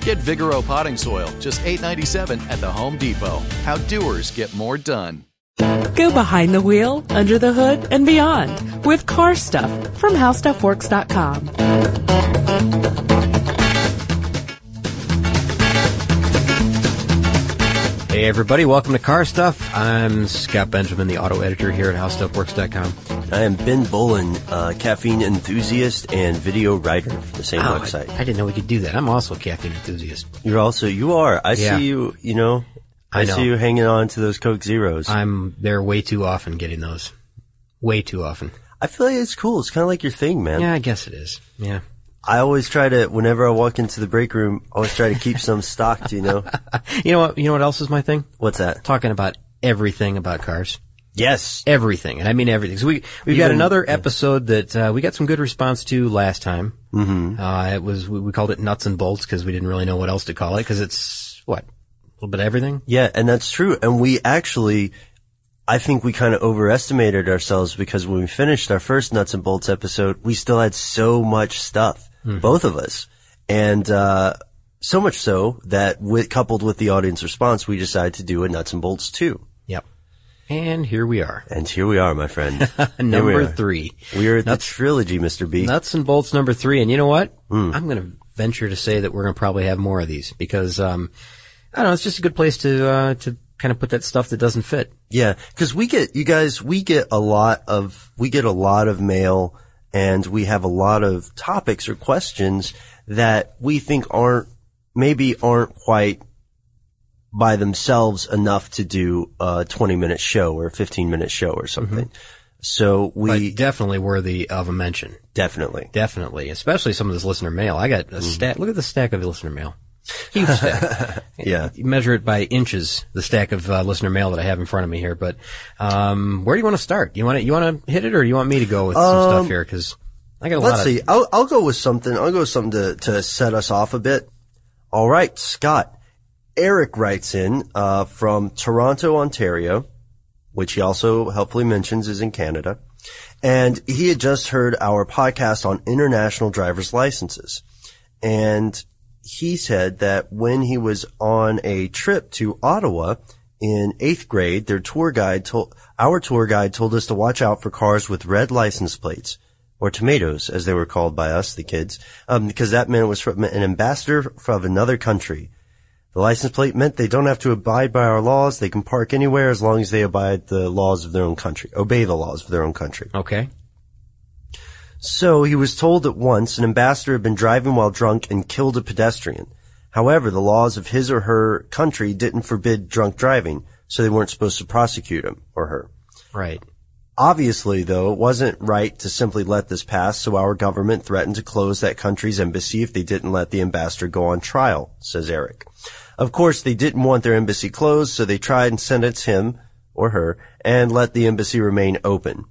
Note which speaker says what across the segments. Speaker 1: Get Vigoro potting soil, just $8.97 at the Home Depot. How doers get more done.
Speaker 2: Go behind the wheel, under the hood, and beyond with car stuff from howstuffworks.com.
Speaker 3: Hey, everybody, welcome to Car Stuff. I'm Scott Benjamin, the auto editor here at HowStuffWorks.com.
Speaker 4: I am Ben Bolin, uh, caffeine enthusiast and video writer for the same
Speaker 3: Oh,
Speaker 4: website.
Speaker 3: I, I didn't know we could do that. I'm also a caffeine enthusiast.
Speaker 4: You're also, you are. I
Speaker 3: Yeah.
Speaker 4: see you, you know, I,
Speaker 3: I know.
Speaker 4: see you hanging on to those Coke Zeros. I,
Speaker 3: I'm there way too often getting those. Way too often.
Speaker 4: feel like it's cool. It's kind of like your thing, man.
Speaker 3: Yeah, I guess it is. Yeah.
Speaker 4: I always try to, whenever I walk into the break room, I always try to keep some stocked, you know?
Speaker 3: You know what? You know what else is my thing?
Speaker 4: What's that?
Speaker 3: Talking about everything about cars.
Speaker 4: Yes.
Speaker 3: everything, and I mean everything. So we we've got
Speaker 4: Even-
Speaker 3: another episode that uh, we got some good response to last time. Mm-hmm. Uh, it was we, we called it nuts and bolts because we didn't really know what else to call it because it's what a little bit of everything.
Speaker 4: Yeah, and that's true. And we actually, I think we kind of overestimated ourselves because when we finished our first nuts and bolts episode, we still had so much stuff, both of us, and uh, so much so that with, coupled with the audience response, we decided to do a nuts and bolts two.
Speaker 3: Yep. And here we are,
Speaker 4: And here we are, my friend. Here we
Speaker 3: number
Speaker 4: are.
Speaker 3: three,
Speaker 4: We are at the trilogy, Mr. B.
Speaker 3: nuts and bolts number three. And you know what?
Speaker 4: Hmm.
Speaker 3: I'm going to venture to say that we're going to probably have more of these because um, I don't know. It's just a good place to uh, to kind of put that stuff that doesn't fit.
Speaker 4: Yeah, because we get you guys. We get a lot of we get a lot of mail, and we have a lot of topics or questions that we think aren't maybe aren't quite by themselves enough to do a twenty minute show or a fifteen minute show or something. So we
Speaker 3: But definitely worthy of a mention.
Speaker 4: definitely
Speaker 3: Definitely, especially some of this listener mail. I got
Speaker 4: Hmm.
Speaker 3: a stack. Look at the stack of listener mail. Huge stack.
Speaker 4: yeah.
Speaker 3: You measure it by inches, the stack of uh, listener mail that I have in front of me here. But um, where do you want to start? You want to you want to hit it, or do you want me to go with some stuff here? Because I got a lot.
Speaker 4: Um, Let's
Speaker 3: of,
Speaker 4: see. I'll, I'll go with something. I'll go with something to, to set us off a bit. All right, Scott. Eric writes in uh, from Toronto, Ontario, which he also helpfully mentions is in Canada. And he had just heard our podcast on international driver's licenses. And he said that when he was on a trip to Ottawa in eighth grade, their tour guide told our tour guide told us to watch out for cars with red license plates or tomatoes, as they were called by us, the kids, um, because that meant it was from an ambassador from another country. The license plate meant they don't have to abide by our laws. They can park anywhere as long as they abide the laws of their own country, obey the laws of their own country.
Speaker 3: Okay.
Speaker 4: So he was told that once an ambassador had been driving while drunk and killed a pedestrian. However, the laws of his or her country didn't forbid drunk driving, so they weren't supposed to prosecute him or her.
Speaker 3: Right.
Speaker 4: Obviously, though, it wasn't right to simply let this pass, so our government threatened to close that country's embassy if they didn't let the ambassador go on trial, says Eric. Of course, they didn't want their embassy closed, so they tried and sentenced him or her and let the embassy remain open.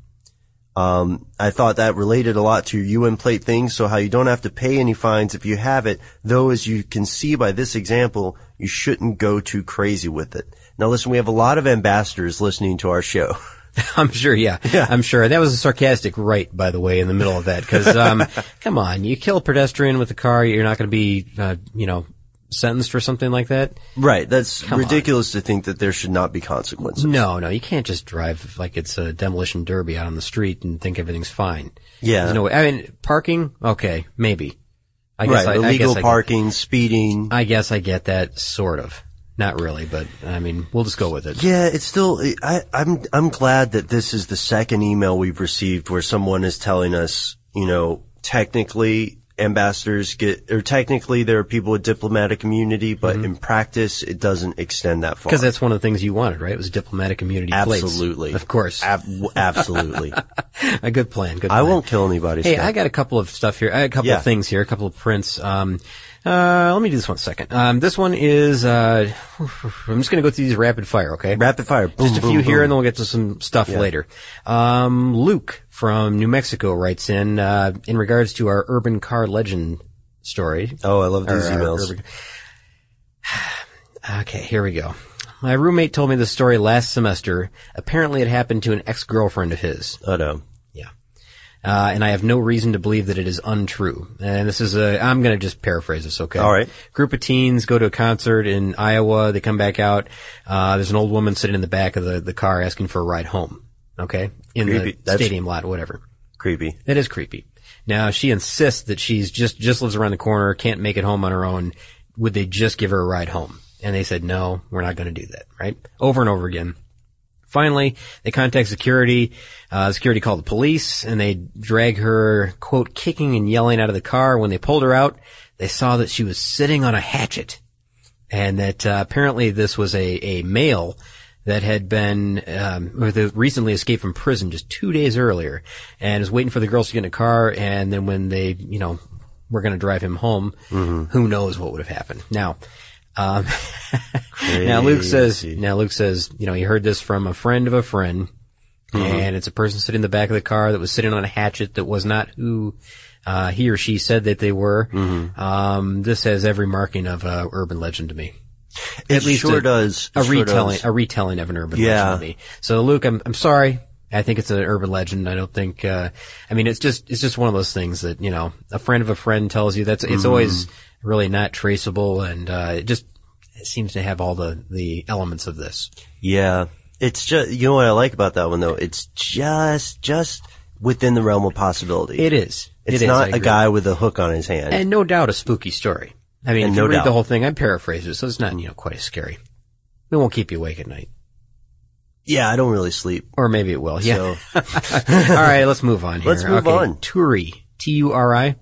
Speaker 4: Um, I thought that related a lot to your UN plate thing, so how you don't have to pay any fines if you have it, though as you can see by this example, you shouldn't go too crazy with it. Now listen, we have a lot of ambassadors listening to our show.
Speaker 3: I'm sure, yeah. I'm sure. That was a sarcastic right, by the way, in the middle of that. Because, um, come on, you kill a pedestrian with a car, you're not going to be, uh, you know, sentenced for something like that.
Speaker 4: Right. That's ridiculous to think that there should not be consequences.
Speaker 3: No, no, you can't just drive like it's a demolition derby out on the street and think everything's fine.
Speaker 4: Yeah.
Speaker 3: There's no way. I mean, parking, okay, maybe. I guess
Speaker 4: right.
Speaker 3: I, I
Speaker 4: Illegal
Speaker 3: guess I get- Uh,
Speaker 4: parking, speeding.
Speaker 3: I guess I get that sort of. Not really, but I mean, we'll just go with it.
Speaker 4: yeah, it's still, I, I'm, I'm glad that this is the second email we've received where someone is telling us, you know, technically ambassadors get, or technically there are people with diplomatic immunity, but
Speaker 3: Mm-hmm.
Speaker 4: in practice it doesn't extend that far.
Speaker 3: Because that's one of the things you wanted, right? It was diplomatic immunity. plates.
Speaker 4: Absolutely.
Speaker 3: Of course.
Speaker 4: Ab- w- absolutely.
Speaker 3: a good plan. Good
Speaker 4: I
Speaker 3: plan.
Speaker 4: won't kill anybody.
Speaker 3: Hey,
Speaker 4: Scott.
Speaker 3: I got a couple of stuff here. I got a couple
Speaker 4: Yeah.
Speaker 3: of things here. A couple of prints. Um, uh, let me do this one second. Um, this one is. Uh, I'm just going to go through these rapid fire. Okay.
Speaker 4: Rapid fire. Boom,
Speaker 3: just a
Speaker 4: boom,
Speaker 3: few here,
Speaker 4: boom.
Speaker 3: and then we'll get to some stuff later. Um, Luke from New Mexico writes in uh, in regards to our urban car legend story.
Speaker 4: Oh, I love
Speaker 3: Or
Speaker 4: these
Speaker 3: our
Speaker 4: emails.
Speaker 3: urban- Okay, here we go. My roommate told me this story last semester. Apparently, it happened to an ex-girlfriend of his.
Speaker 4: Oh no.
Speaker 3: Yeah. Uh, and I have no reason to believe that it is untrue. And this is a, I'm going to just paraphrase this, okay?
Speaker 4: All right.
Speaker 3: Group of teens go to a concert in Iowa. They come back out. Uh, there's an old woman sitting in the back of the, the car asking for a ride home. Okay? In
Speaker 4: Creepy.
Speaker 3: the
Speaker 4: That's-
Speaker 3: stadium lot, whatever.
Speaker 4: Creepy.
Speaker 3: That is creepy. Now she insists that she's just just lives around the corner, can't make it home on her own. Would they just give her a ride home? And they said, no, we're not going to do that. Right? Over and over again. Finally, they contact security. Uh, security called the police, and they drag her quote kicking and yelling out of the car. When they pulled her out, they saw that she was sitting on a hatchet and that uh, apparently this was a, a male that had been um, or that recently escaped from prison just two days earlier and was waiting for the girls to get in a car and then when they you know were going to drive him home who knows what would have happened now um, now luke says now luke says you know he heard this from a friend of a friend and it's a person sitting in the back of the car that was sitting on a hatchet that was not who uh, he or she said that they were. Um, this has every marking of uh, urban legend to me.
Speaker 4: It
Speaker 3: At least
Speaker 4: sure
Speaker 3: a-
Speaker 4: does.
Speaker 3: A
Speaker 4: It sure
Speaker 3: retelling,
Speaker 4: does.
Speaker 3: a retelling of an urban
Speaker 4: Yeah.
Speaker 3: legend to me. So, Luke, I'm I'm sorry. I think it's an urban legend. I don't think. Uh, I mean, it's just it's just one of those things that you know, a friend of a friend tells you. That's it's always
Speaker 4: Mm-hmm.
Speaker 3: really not traceable, and uh, it just it seems to have all the the elements of this.
Speaker 4: Yeah. It's just, you know what I like about that one though? It's just, just within the realm of possibility.
Speaker 3: It is. It is,
Speaker 4: It's
Speaker 3: I
Speaker 4: not a
Speaker 3: agree.
Speaker 4: guy with a hook on his hand.
Speaker 3: and no doubt a spooky story. I mean,
Speaker 4: And
Speaker 3: if
Speaker 4: no
Speaker 3: you read
Speaker 4: doubt.
Speaker 3: the whole thing, I paraphrase it, so it's not you know quite as scary. It won't keep you awake at night,
Speaker 4: yeah, I don't really sleep.
Speaker 3: or maybe it will. Yeah.
Speaker 4: So,
Speaker 3: All right, let's move on. Here.
Speaker 4: Let's move
Speaker 3: okay.
Speaker 4: on. Mm-hmm.
Speaker 3: Turi T U R I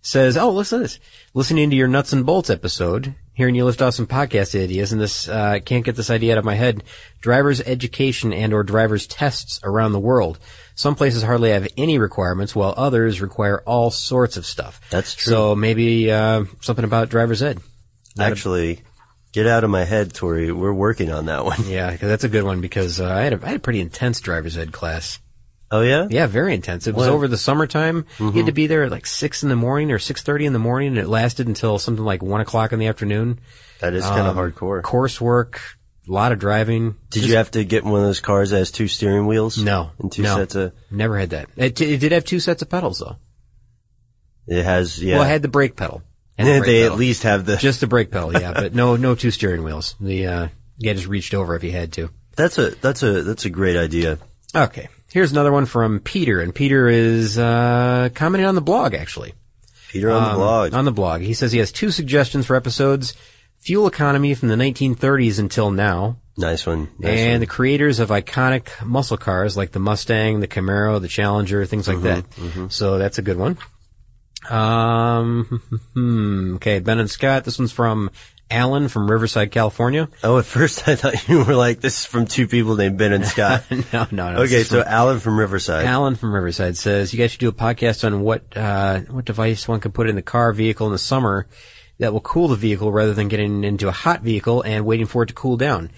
Speaker 3: says, "Oh, listen to this. Listening to your nuts and bolts episode, hearing you lift off some podcast ideas, and this uh, can't get this idea out of my head. Drivers' education and or drivers' tests around the world. Some places hardly have any requirements, while others require all sorts of stuff.
Speaker 4: That's true.
Speaker 3: So maybe uh, something about driver's ed."
Speaker 4: actually, get out of my head, Tori. We're working on that one.
Speaker 3: Yeah, 'cause that's a good one because uh, I had a, I had a pretty intense driver's ed class.
Speaker 4: Oh yeah?
Speaker 3: Yeah, very intense. It was over the summertime. You
Speaker 4: Mm-hmm.
Speaker 3: had to be there at like six in the morning or six thirty in the morning, and it lasted until something like one o'clock in the afternoon.
Speaker 4: That is kind
Speaker 3: Um,
Speaker 4: of hardcore.
Speaker 3: Coursework, a lot of driving.
Speaker 4: Did you have to get in one of those cars that has two steering wheels?
Speaker 3: No,
Speaker 4: And two
Speaker 3: no,
Speaker 4: sets of,
Speaker 3: never had that. It, it did have two sets of pedals though.
Speaker 4: it has, yeah.
Speaker 3: Well, I had the brake pedal. and the
Speaker 4: they
Speaker 3: brake
Speaker 4: at
Speaker 3: pedal.
Speaker 4: least have the,
Speaker 3: just the brake pedal, yeah, but no, no two steering wheels. The uh, you just reached over if you had to.
Speaker 4: that's a, that's a, that's a great idea.
Speaker 3: Okay. Here's another one from Peter, and Peter is uh, commenting on the blog actually.
Speaker 4: Peter
Speaker 3: Um,
Speaker 4: on the blog.
Speaker 3: On the blog. He says he has two suggestions for episodes Fuel Economy from the 1930s until now,
Speaker 4: nice one. Nice
Speaker 3: and
Speaker 4: one.
Speaker 3: the creators of iconic muscle cars like the Mustang, the Camaro, the Challenger, things like that. So that's a good one. Um, hmm, okay, Ben and Scott. This one's from Alan from Riverside, California.
Speaker 4: Oh, at first I thought you were like, this is from two people named Ben and Scott.
Speaker 3: No, no, no. this
Speaker 4: Okay,
Speaker 3: is from-
Speaker 4: so Alan from Riverside.
Speaker 3: Alan from Riverside says you guys should do a podcast on what uh, what device one can put in the car vehicle in the summer that will cool the vehicle rather than getting into a hot vehicle and waiting for it to cool down.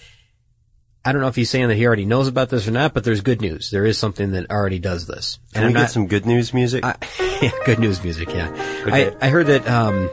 Speaker 3: I don't know if he's saying that he already knows about this or not, but there's good news. There is something that already does this. And
Speaker 4: Can we
Speaker 3: I'm
Speaker 4: get
Speaker 3: not-
Speaker 4: some good news music?
Speaker 3: I- yeah, good news music. Yeah,
Speaker 4: Okay.
Speaker 3: I, I heard that. Um,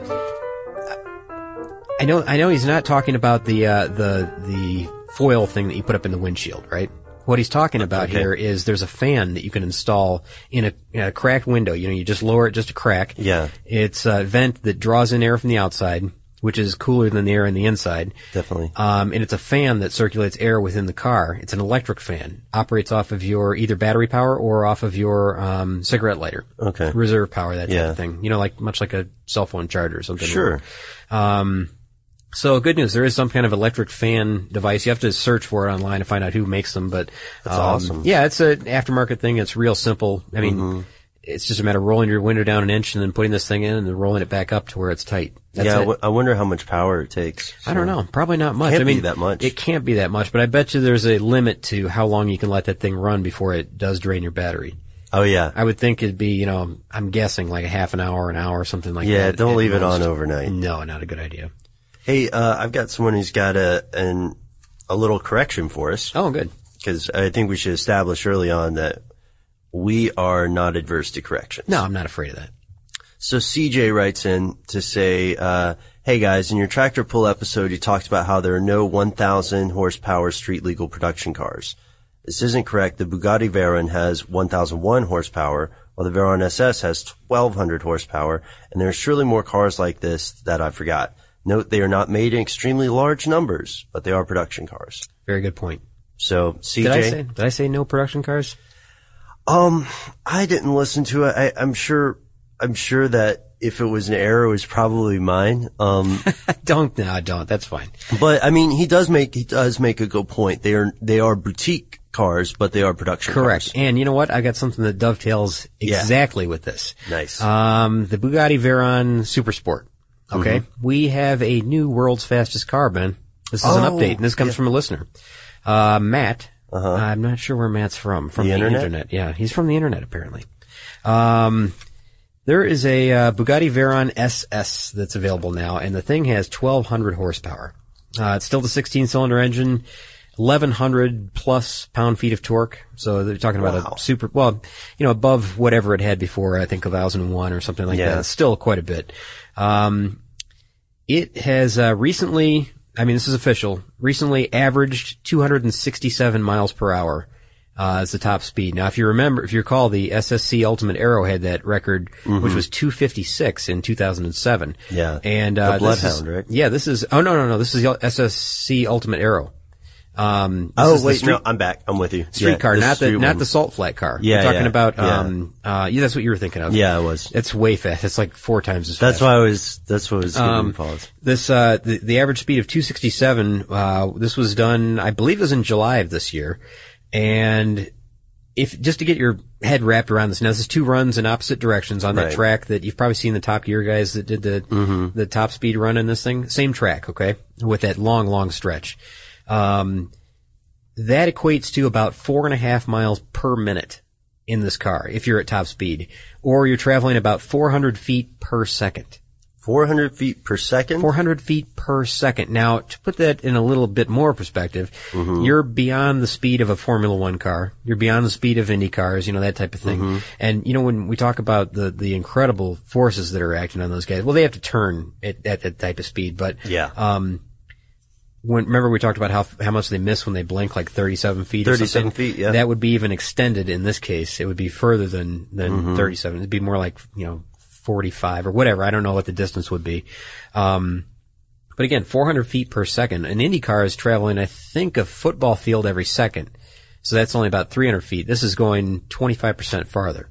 Speaker 3: I know. I know he's not talking about the uh, the the foil thing that you put up in the windshield, right? What he's talking about
Speaker 4: Okay.
Speaker 3: here is there's a fan that you can install in a, in a cracked window. You know, you just lower it just a crack.
Speaker 4: Yeah.
Speaker 3: It's a vent that draws in air from the outside, which is cooler than the air in the inside.
Speaker 4: Definitely.
Speaker 3: Um, and it's a fan that circulates air within the car. It's an electric fan. Operates off of your either battery power or off of your um, cigarette lighter.
Speaker 4: Okay.
Speaker 3: Reserve power, that type
Speaker 4: Yeah.
Speaker 3: of thing. You know, like much like a cell phone charger or something.
Speaker 4: Sure.
Speaker 3: Um, so good news. There is some kind of electric fan device. You have to search for it online to find out who makes them, but that's
Speaker 4: awesome. Mm-hmm.
Speaker 3: Yeah, it's an aftermarket thing. It's real simple. I mean, it's just a matter of rolling your window down an inch and then putting this thing in and then rolling it back up to where it's tight. That's
Speaker 4: yeah, I
Speaker 3: it.
Speaker 4: wo- I wonder how much power it takes.
Speaker 3: I don't know. Probably not much.
Speaker 4: Can't
Speaker 3: I mean,
Speaker 4: be that much.
Speaker 3: It can't be that much, but I bet you there's a limit to how long you can let that thing run before it does drain your battery.
Speaker 4: Oh yeah,
Speaker 3: I would think it'd be, you know, I'm guessing like a half an hour, an hour, something like
Speaker 4: yeah.
Speaker 3: that.
Speaker 4: Don't
Speaker 3: at
Speaker 4: leave it on
Speaker 3: most.
Speaker 4: overnight.
Speaker 3: No, not a good idea.
Speaker 4: Hey, uh, I've got someone who's got a an a little correction for us
Speaker 3: Oh, good.
Speaker 4: because I think we should establish early on that we are not adverse to corrections.
Speaker 3: No, I'm not afraid of that.
Speaker 4: So CJ writes in to say, uh, "Hey guys, in your tractor pull episode, you talked about how there are no 1,000 horsepower street legal production cars. This isn't correct. The Bugatti Veyron has 1,001 horsepower, while the Veyron SS has 1,200 horsepower, and there are surely more cars like this that I forgot. Note they are not made in extremely large numbers, but they are production cars.
Speaker 3: Very good point.
Speaker 4: So CJ,
Speaker 3: Did I say? Did I say no production cars?
Speaker 4: Um, I didn't listen to it. I, I'm sure. I'm sure that if it was an error, it was probably mine. Um,
Speaker 3: Don't. No, I don't. That's fine.
Speaker 4: but I mean, he does make he does make a good point. They are they are boutique cars, but they are production.
Speaker 3: Correct.
Speaker 4: cars.
Speaker 3: And you know what? I got something that dovetails
Speaker 4: Yeah.
Speaker 3: exactly with this.
Speaker 4: Nice.
Speaker 3: Um, the Bugatti Veyron Supersport. Okay.
Speaker 4: Mm-hmm.
Speaker 3: We have a new world's fastest car, Ben. This is an
Speaker 4: Oh,
Speaker 3: update, and this comes from a listener. Uh, Matt. I'm not sure where Matt's from. From
Speaker 4: Uh-huh. The
Speaker 3: the,
Speaker 4: internet?
Speaker 3: Yeah, he's from the internet, apparently. Um, there is a uh, Bugatti Veyron SS that's available now, and the thing has 1,200 horsepower. Uh, it's still the 16-cylinder engine, 1,100 plus pound-feet of torque. So they're talking about
Speaker 4: Wow.
Speaker 3: a super, well, you know, above whatever it had before. I think 1,001 or something like
Speaker 4: Yeah.
Speaker 3: that. It's still quite a bit. Um, it has uh, recently, I mean, this is official, recently averaged 267 miles per hour uh, as the top speed. Now, if you remember, if you recall, the SSC Ultimate Arrow had that record, which was 256 in 2007.
Speaker 4: Mm-hmm. Yeah.
Speaker 3: And
Speaker 4: The
Speaker 3: uh, this is-
Speaker 4: Bloodhound, right?
Speaker 3: Yeah, this is, oh, no, no, no, this is the SSC Ultimate Arrow. Um, this is
Speaker 4: Oh
Speaker 3: the
Speaker 4: wait,
Speaker 3: street-
Speaker 4: no, I'm back. I'm with you.
Speaker 3: streetcar,
Speaker 4: Yeah,
Speaker 3: not the
Speaker 4: street
Speaker 3: not
Speaker 4: one.
Speaker 3: the salt flat car.
Speaker 4: Yeah,
Speaker 3: We're talking
Speaker 4: yeah,
Speaker 3: about
Speaker 4: yeah.
Speaker 3: um uh yeah, that's what you were thinking of.
Speaker 4: Yeah, I was.
Speaker 3: It's way fast. It's like four times as
Speaker 4: That's
Speaker 3: fast.
Speaker 4: why I was. That's what I was giving
Speaker 3: Um,
Speaker 4: you pause.
Speaker 3: This uh the, the average speed of 267. Uh, this was done, I believe, it was in July of this year, and if just to get your head wrapped around this, now this is two runs in opposite directions on
Speaker 4: Right.
Speaker 3: that track that you've probably seen the Top Gear guys that did the the top speed run in this thing. Same track, okay, with that long, long stretch. Um, that equates to about four and a half miles per minute in this car if you're at top speed, or you're traveling about 400 feet per second.
Speaker 4: 400 feet per second.
Speaker 3: 400 feet per second. Now, to put that in a little bit more perspective, you're beyond the speed of a Formula One car. You're beyond the speed of Indy cars, you know, that type of thing. And, you know, when we talk about the, the incredible forces that are acting on those guys, well, they have to turn at, at that type of speed, but
Speaker 4: Yeah.
Speaker 3: um, when remember we talked about how how much they miss when they blink like thirty seven feet. or
Speaker 4: 37
Speaker 3: something?
Speaker 4: feet, yeah.
Speaker 3: That would be even extended in this case. It would be further than than
Speaker 4: Mm-hmm.
Speaker 3: thirty seven. It'd be more like you know forty five or whatever. I don't know what the distance would be. Um, but again, four hundred feet per second. An Indy car is traveling, I think, a football field every second. So that's only about three hundred feet. This is going twenty five percent farther.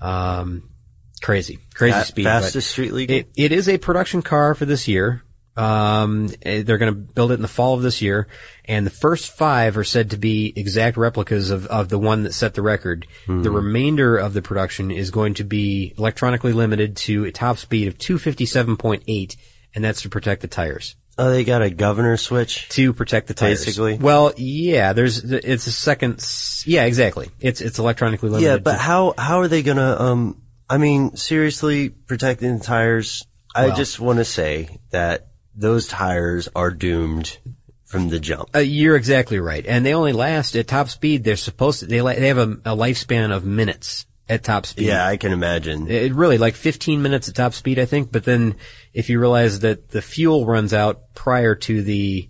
Speaker 3: Um, crazy, crazy
Speaker 4: Fa-
Speaker 3: speed. but-
Speaker 4: fastest street legal.
Speaker 3: it, it is a production car for this year. Um, eh, they're going to build it in the fall of this year, and the first five are said to be exact replicas of, of the one that set the record. The
Speaker 4: Mm-hmm.
Speaker 3: remainder of the production is going to be electronically limited to a top speed of 257.8, and that's to protect the tires.
Speaker 4: oh, they got a governor switch.
Speaker 3: To protect the tires.
Speaker 4: Basically.
Speaker 3: Well, yeah, there's, it's a second, s- yeah, exactly. It's, it's electronically limited.
Speaker 4: Yeah, but
Speaker 3: to-
Speaker 4: how how are they gonna? Um, I mean, seriously, protecting the tires. I just want to say that those tires are doomed from the jump.
Speaker 3: Uh, you're exactly right, and they only last at top speed. They're supposed to. They la- they have a, a lifespan of minutes at top speed.
Speaker 4: Yeah, I can imagine.
Speaker 3: it really like 15 minutes at top speed, I think. But then if you realize that the fuel runs out prior to the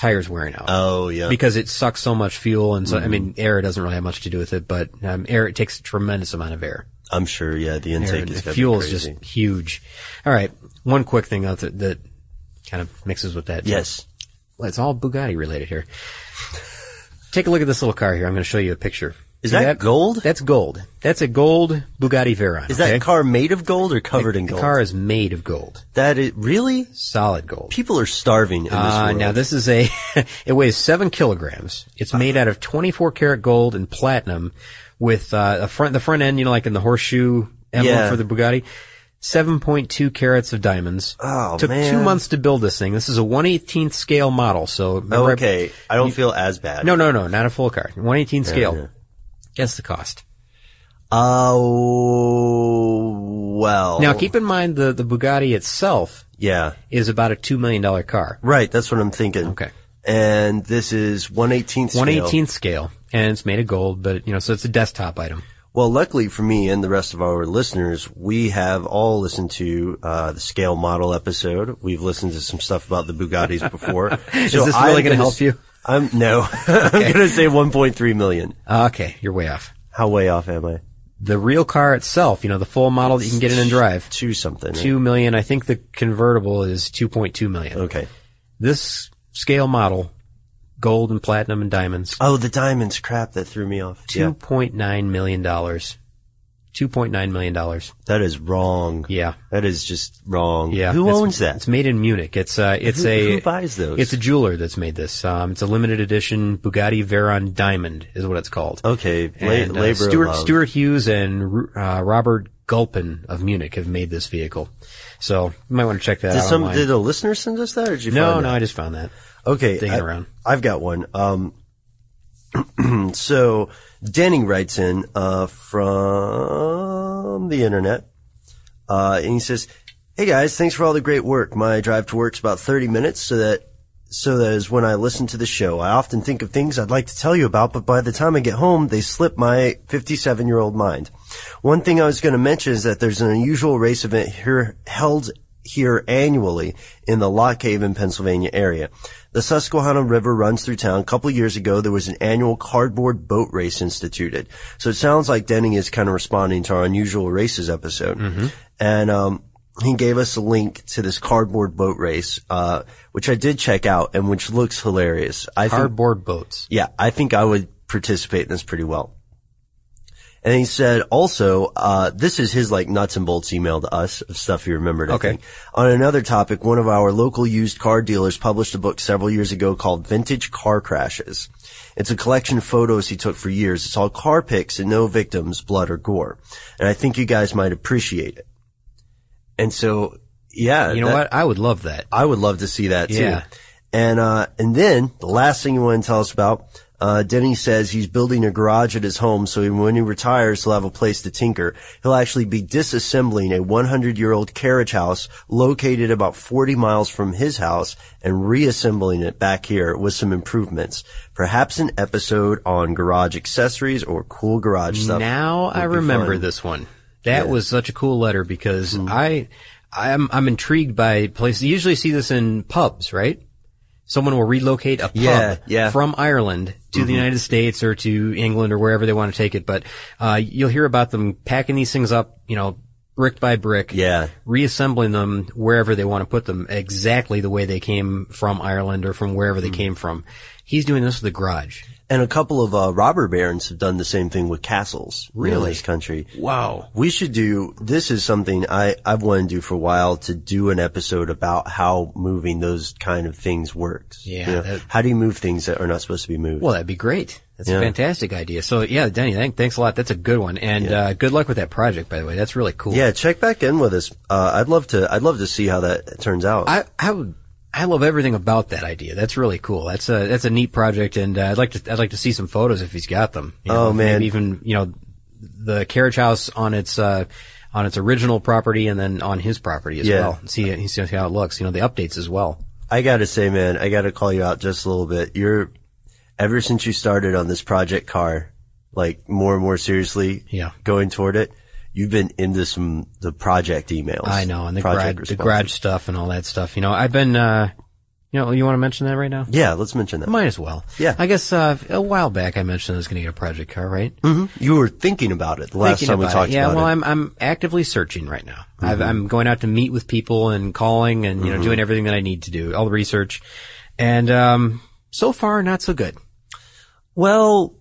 Speaker 3: tires wearing out.
Speaker 4: Oh yeah.
Speaker 3: because it sucks so much fuel and so
Speaker 4: Mm-hmm.
Speaker 3: I mean air doesn't really have much to do with it, but um, air it takes a tremendous amount of air.
Speaker 4: I'm sure. Yeah, the
Speaker 3: air
Speaker 4: intake
Speaker 3: and
Speaker 4: is gotta be
Speaker 3: fuel is
Speaker 4: crazy.
Speaker 3: just huge. All right, one quick thing that that kind of mixes with that.
Speaker 4: yes.
Speaker 3: Well, it's all Bugatti related here. Take a look at this little car here. I'm going to show you a picture.
Speaker 4: Is
Speaker 3: See
Speaker 4: that gold?
Speaker 3: That's gold. That's a gold Bugatti Veyron.
Speaker 4: Is that
Speaker 3: okay?
Speaker 4: car made of gold or covered in
Speaker 3: The
Speaker 4: gold?
Speaker 3: car is made of gold,
Speaker 4: that is really.
Speaker 3: solid gold.
Speaker 4: People are starving in this
Speaker 3: Uh,
Speaker 4: world.
Speaker 3: now this is a, it weighs seven kilograms. It's made out of 24 karat gold and platinum with, uh, a front, the front end, you know, like in the horseshoe emblem
Speaker 4: Yeah.
Speaker 3: for the Bugatti. 7.2 carats of diamonds.
Speaker 4: Oh,
Speaker 3: Took two
Speaker 4: man.
Speaker 3: months to build this thing. This is a 118th scale model. So remember I-
Speaker 4: okay, I don't feel as bad.
Speaker 3: no, no, no, not a full car. 118 scale. Guess the cost.
Speaker 4: Oh well.
Speaker 3: Now keep in mind the, the Bugatti itself
Speaker 4: Yeah.
Speaker 3: is about a $2 million car.
Speaker 4: Right. That's what I'm thinking.
Speaker 3: Okay.
Speaker 4: And this is 118th scale.
Speaker 3: 118th scale. And it's made of gold, but you know, so it's a desktop item.
Speaker 4: Well, luckily for me and the rest of our listeners, we have all listened to uh, the scale model episode. We've listened to some stuff about the Bugattis before. Is
Speaker 3: this really gonna help you?
Speaker 4: I'm no. I'm going to say 1.3 million.
Speaker 3: Ah, Okay, you're way off.
Speaker 4: How way off am I?
Speaker 3: The real car itself, you know, the full model that you can get in and drive,
Speaker 4: Two something. right?
Speaker 3: two million. I think the convertible is two point two million.
Speaker 4: Okay.
Speaker 3: This scale model, gold and platinum and diamonds,
Speaker 4: Oh, the diamonds crap that threw me off. Yeah,
Speaker 3: two point nine million dollars. Two point nine million dollars.
Speaker 4: that is wrong.
Speaker 3: Yeah,
Speaker 4: That is just wrong.
Speaker 3: yeah.
Speaker 4: Who
Speaker 3: It's-
Speaker 4: owns that?
Speaker 3: It's made in Munich. It's uh, it's
Speaker 4: Who-
Speaker 3: a
Speaker 4: who buys those?
Speaker 3: It's a jeweler that's made this. Um, it's a limited edition Bugatti Veyron Diamond is what it's called.
Speaker 4: Okay. Oh, La-
Speaker 3: And, uh,
Speaker 4: labor of
Speaker 3: Stuart,
Speaker 4: love.
Speaker 3: Stuart Hughes and uh, Robert Gulpin of Munich have made this vehicle. So you might want to check that
Speaker 4: Did
Speaker 3: out.
Speaker 4: some
Speaker 3: online.
Speaker 4: did a listener send us that or did you
Speaker 3: no,
Speaker 4: find
Speaker 3: no,
Speaker 4: that?
Speaker 3: I just found that.
Speaker 4: Okay,
Speaker 3: Digging
Speaker 4: I,
Speaker 3: around.
Speaker 4: I've got one. Um, so Denny writes in uh, from the internet, uh, and he says, "Hey guys, thanks for all the great work. My drive to work's about thirty minutes, so that." So that is when I listen to the show. I often think of things I'd like to tell you about, but by the time I get home, they slip my 57 year old mind. One thing I was going to mention is that there's an unusual race event here held here annually in the Lock Haven, Pennsylvania area. The Susquehanna River runs through town. A couple years ago, there was an annual cardboard boat race instituted. So it sounds like Denning is kind of responding to our unusual races episode. And, um, he gave us a link to this cardboard boat race, uh, which I did check out and which looks hilarious. I think
Speaker 3: Cardboard boats.
Speaker 4: yeah, I think I would participate in this pretty well. And he said also, uh, this is his like nuts and bolts email to us of stuff he remembered. I
Speaker 3: Okay.
Speaker 4: think. On another topic, one of our local used car dealers published a book several years ago called Vintage Car Crashes. It's a collection of photos he took for years. It's all car pics and no victims, blood or gore. And I think you guys might appreciate it. And so, yeah.
Speaker 3: You know
Speaker 4: that-
Speaker 3: what? I would love that.
Speaker 4: I would love to see that too.
Speaker 3: Yeah.
Speaker 4: And uh, and then the last thing you want to tell us about, uh, Denny says he's building a garage at his home, so when he retires, he'll have a place to tinker. He'll actually be disassembling a 100 year old carriage house located about 40 miles from his house and reassembling it back here with some improvements. Perhaps an episode on garage accessories or cool garage stuff.
Speaker 3: Now
Speaker 4: would
Speaker 3: I
Speaker 4: be
Speaker 3: remember
Speaker 4: fun. Mm-hmm.
Speaker 3: this one. That was such a cool letter because I, I'm, I'm intrigued by places. You usually see this in pubs, right? Someone will relocate a pub
Speaker 4: Yeah, yeah. Mm-hmm.
Speaker 3: from Ireland to the United States or to England or wherever they want to take it. But, uh, you'll hear about them packing these things up, you know, brick by brick.
Speaker 4: Yeah.
Speaker 3: Reassembling them wherever they want to put them exactly the way they came from Ireland or from wherever
Speaker 4: Mm.
Speaker 3: they came from. He's doing this with a garage.
Speaker 4: And a couple of uh, robber barons have done the same thing with castles you know, in
Speaker 3: Really?
Speaker 4: this country.
Speaker 3: Wow.
Speaker 4: We should do, this is something I, I've wanted to do for a while to do an episode about how moving those kind of things works.
Speaker 3: Yeah,
Speaker 4: You know,
Speaker 3: that-
Speaker 4: how do you move things that are not supposed to be moved?
Speaker 3: Well, that'd be great. That's
Speaker 4: Yeah.
Speaker 3: a fantastic idea. So yeah, Denny, thank, thanks a lot. That's a good one. And uh, good luck with that project, by the way. That's really cool.
Speaker 4: yeah, check back in with us. Uh, I'd love to, I'd love to see how that turns out.
Speaker 3: I, I would, I love everything about that idea. That's really cool. That's a, that's a neat project. And uh, I'd like to, I'd like to see some photos if he's got them. You
Speaker 4: Oh,
Speaker 3: know,
Speaker 4: man.
Speaker 3: maybe even, you know, the carriage house on its, uh, on its original property and then on his property as
Speaker 4: Yeah.
Speaker 3: well. See, see how it looks. You know, the updates as well.
Speaker 4: I gotta say, man, I gotta call you out just a little bit. You're, ever since you started on this project car, like more and more seriously,
Speaker 3: Yeah.
Speaker 4: going toward it, you've been into some, the project emails.
Speaker 3: I know, and the
Speaker 4: Project
Speaker 3: garage, the
Speaker 4: responses.
Speaker 3: garage stuff and all that stuff. You know, I've been uh, You know, you want to mention that right now?
Speaker 4: Yeah, let's mention that.
Speaker 3: Might as well.
Speaker 4: Yeah.
Speaker 3: I guess uh, a while back I mentioned I was going to get a project car, right?
Speaker 4: You were thinking about it the last
Speaker 3: Thinking
Speaker 4: time we
Speaker 3: about
Speaker 4: talked
Speaker 3: it. Mm-hmm. Yeah,
Speaker 4: about
Speaker 3: well,
Speaker 4: it.
Speaker 3: I'm I'm actively searching right now. I've, I'm going out to meet with people and calling and you know doing everything that I need to do, all the research, and um, so far not so good.
Speaker 4: Well,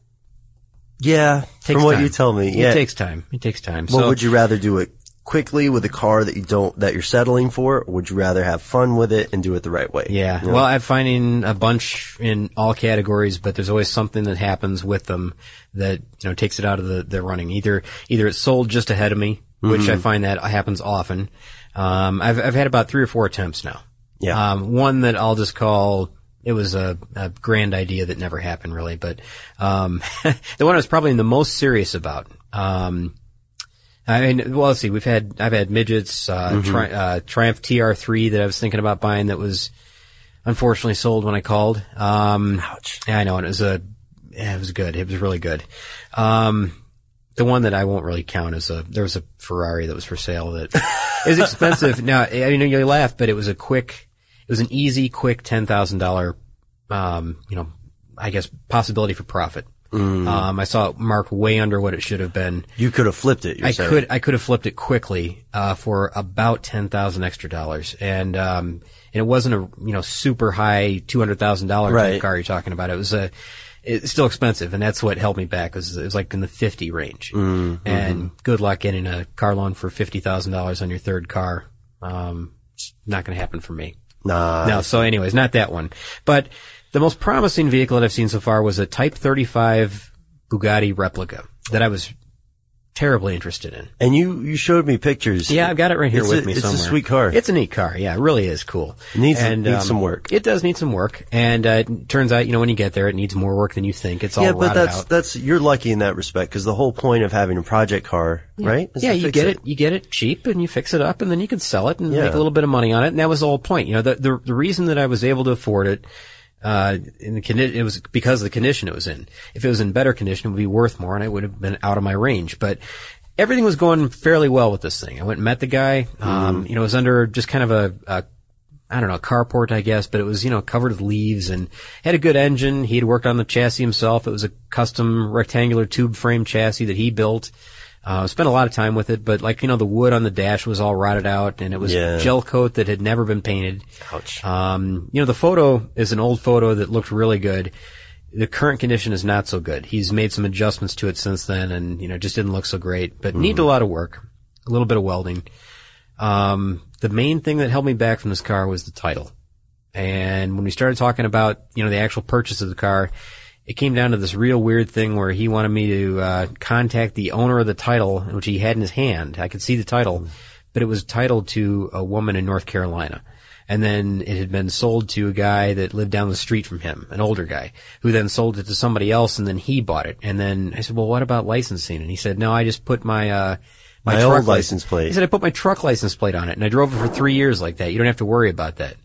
Speaker 4: yeah,
Speaker 3: Takes
Speaker 4: from what
Speaker 3: time.
Speaker 4: you tell me,
Speaker 3: it
Speaker 4: yeah.
Speaker 3: takes time. It takes time.
Speaker 4: But
Speaker 3: so
Speaker 4: would you rather do it quickly with a car that you don't that you're settling for, or would you rather have fun with it and do it the right way?
Speaker 3: Yeah. Well, I'm finding a bunch in all categories, but there's always something that happens with them that, you know, takes it out of the, the running. Either, either it's sold just ahead of me, which I find that happens often. Um, I've, I've had about three or four attempts now.
Speaker 4: Yeah.
Speaker 3: Um, one that I'll just call, it was a, a grand idea that never happened really, but, um, the one I was probably the most serious about, um, I mean, well, let's see. We've had I've had midgets, uh, tri- uh, Triumph TR3 that I was thinking about buying that was unfortunately sold when I called. Um, Ouch. I know, and it was a yeah, it was good. It was really good. Um, the one that I won't really count is a there was a Ferrari that was for sale that is expensive. now I know you laugh, but it was a quick, it was an easy, quick ten thousand dollar, um, you know, I guess possibility for profit. Um, I saw it marked way under what it should have been.
Speaker 4: You could have flipped it. You're
Speaker 3: I
Speaker 4: saying.
Speaker 3: could I could have flipped it quickly uh, for about ten thousand extra dollars, and um, and it wasn't a you know super high two hundred thousand dollar
Speaker 4: Right.
Speaker 3: car you're talking about. It was a it's still expensive, and that's what held me back. Was it was like in the fifty range, and good luck getting a car loan for fifty thousand dollars on your third car. Um, it's not going to happen for me.
Speaker 4: Nah.
Speaker 3: No, so anyways, not that one. But the most promising vehicle that I've seen so far was a Type 35 Bugatti replica that I was terribly interested in.
Speaker 4: And you you showed me pictures.
Speaker 3: Yeah, I've got it right here
Speaker 4: It's
Speaker 3: with
Speaker 4: a-
Speaker 3: me
Speaker 4: it's a
Speaker 3: somewhere.
Speaker 4: sweet car.
Speaker 3: It's a neat car. Yeah, it really is cool. um,
Speaker 4: Needs- needs some work.
Speaker 3: It does need some work, and uh, it turns out, you know, when you get there, it needs more work than you think. It's all
Speaker 4: yeah, but
Speaker 3: rotted
Speaker 4: that's
Speaker 3: out.
Speaker 4: that's you're lucky in that respect because the whole point of having a project car, right? is
Speaker 3: yeah,
Speaker 4: to
Speaker 3: you
Speaker 4: fix
Speaker 3: get it. You get it cheap, and you fix it up, and then you can sell it and
Speaker 4: Yeah.
Speaker 3: make a little bit of money on it. And that was the whole point. You know, the the, the reason that I was able to afford it, uh, in the condi- it was because of the condition it was in. If it was in better condition, it would be worth more, and it would have been out of my range. But everything was going fairly well with this thing. I went and met the guy.
Speaker 4: Mm-hmm.
Speaker 3: Um, you know, it was under just kind of a. a I don't know, carport, I guess, but it was, you know, covered with leaves and had a good engine. He had worked on the chassis himself. It was a custom rectangular tube frame chassis that he built. Uh, spent a lot of time with it, but like, you know, the wood on the dash was all rotted out and it was
Speaker 4: Yeah.
Speaker 3: gel coat that had never been painted.
Speaker 4: Ouch.
Speaker 3: Um, you know, the photo is an old photo that looked really good. The current condition is not so good. He's made some adjustments to it since then and, you know, just didn't look so great,
Speaker 4: Hmm.
Speaker 3: but needed a lot of work, a little bit of welding. Um, the main thing that held me back from this car was the title. And when we started talking about, you know, the actual purchase of the car, it came down to this real weird thing where he wanted me to uh, contact the owner of the title, which he had in his hand. I could see the title, but it was titled to a woman in North Carolina. And then it had been sold to a guy that lived down the street from him, an older guy, who then sold it to somebody else, and then he bought it. And then I said, "Well, what about licensing?" And he said, "No, I just put my uh, my,
Speaker 4: My
Speaker 3: truck
Speaker 4: old license plate.
Speaker 3: He said, "I put my truck license plate on it, and I drove it for three years like that. You don't have to worry about that."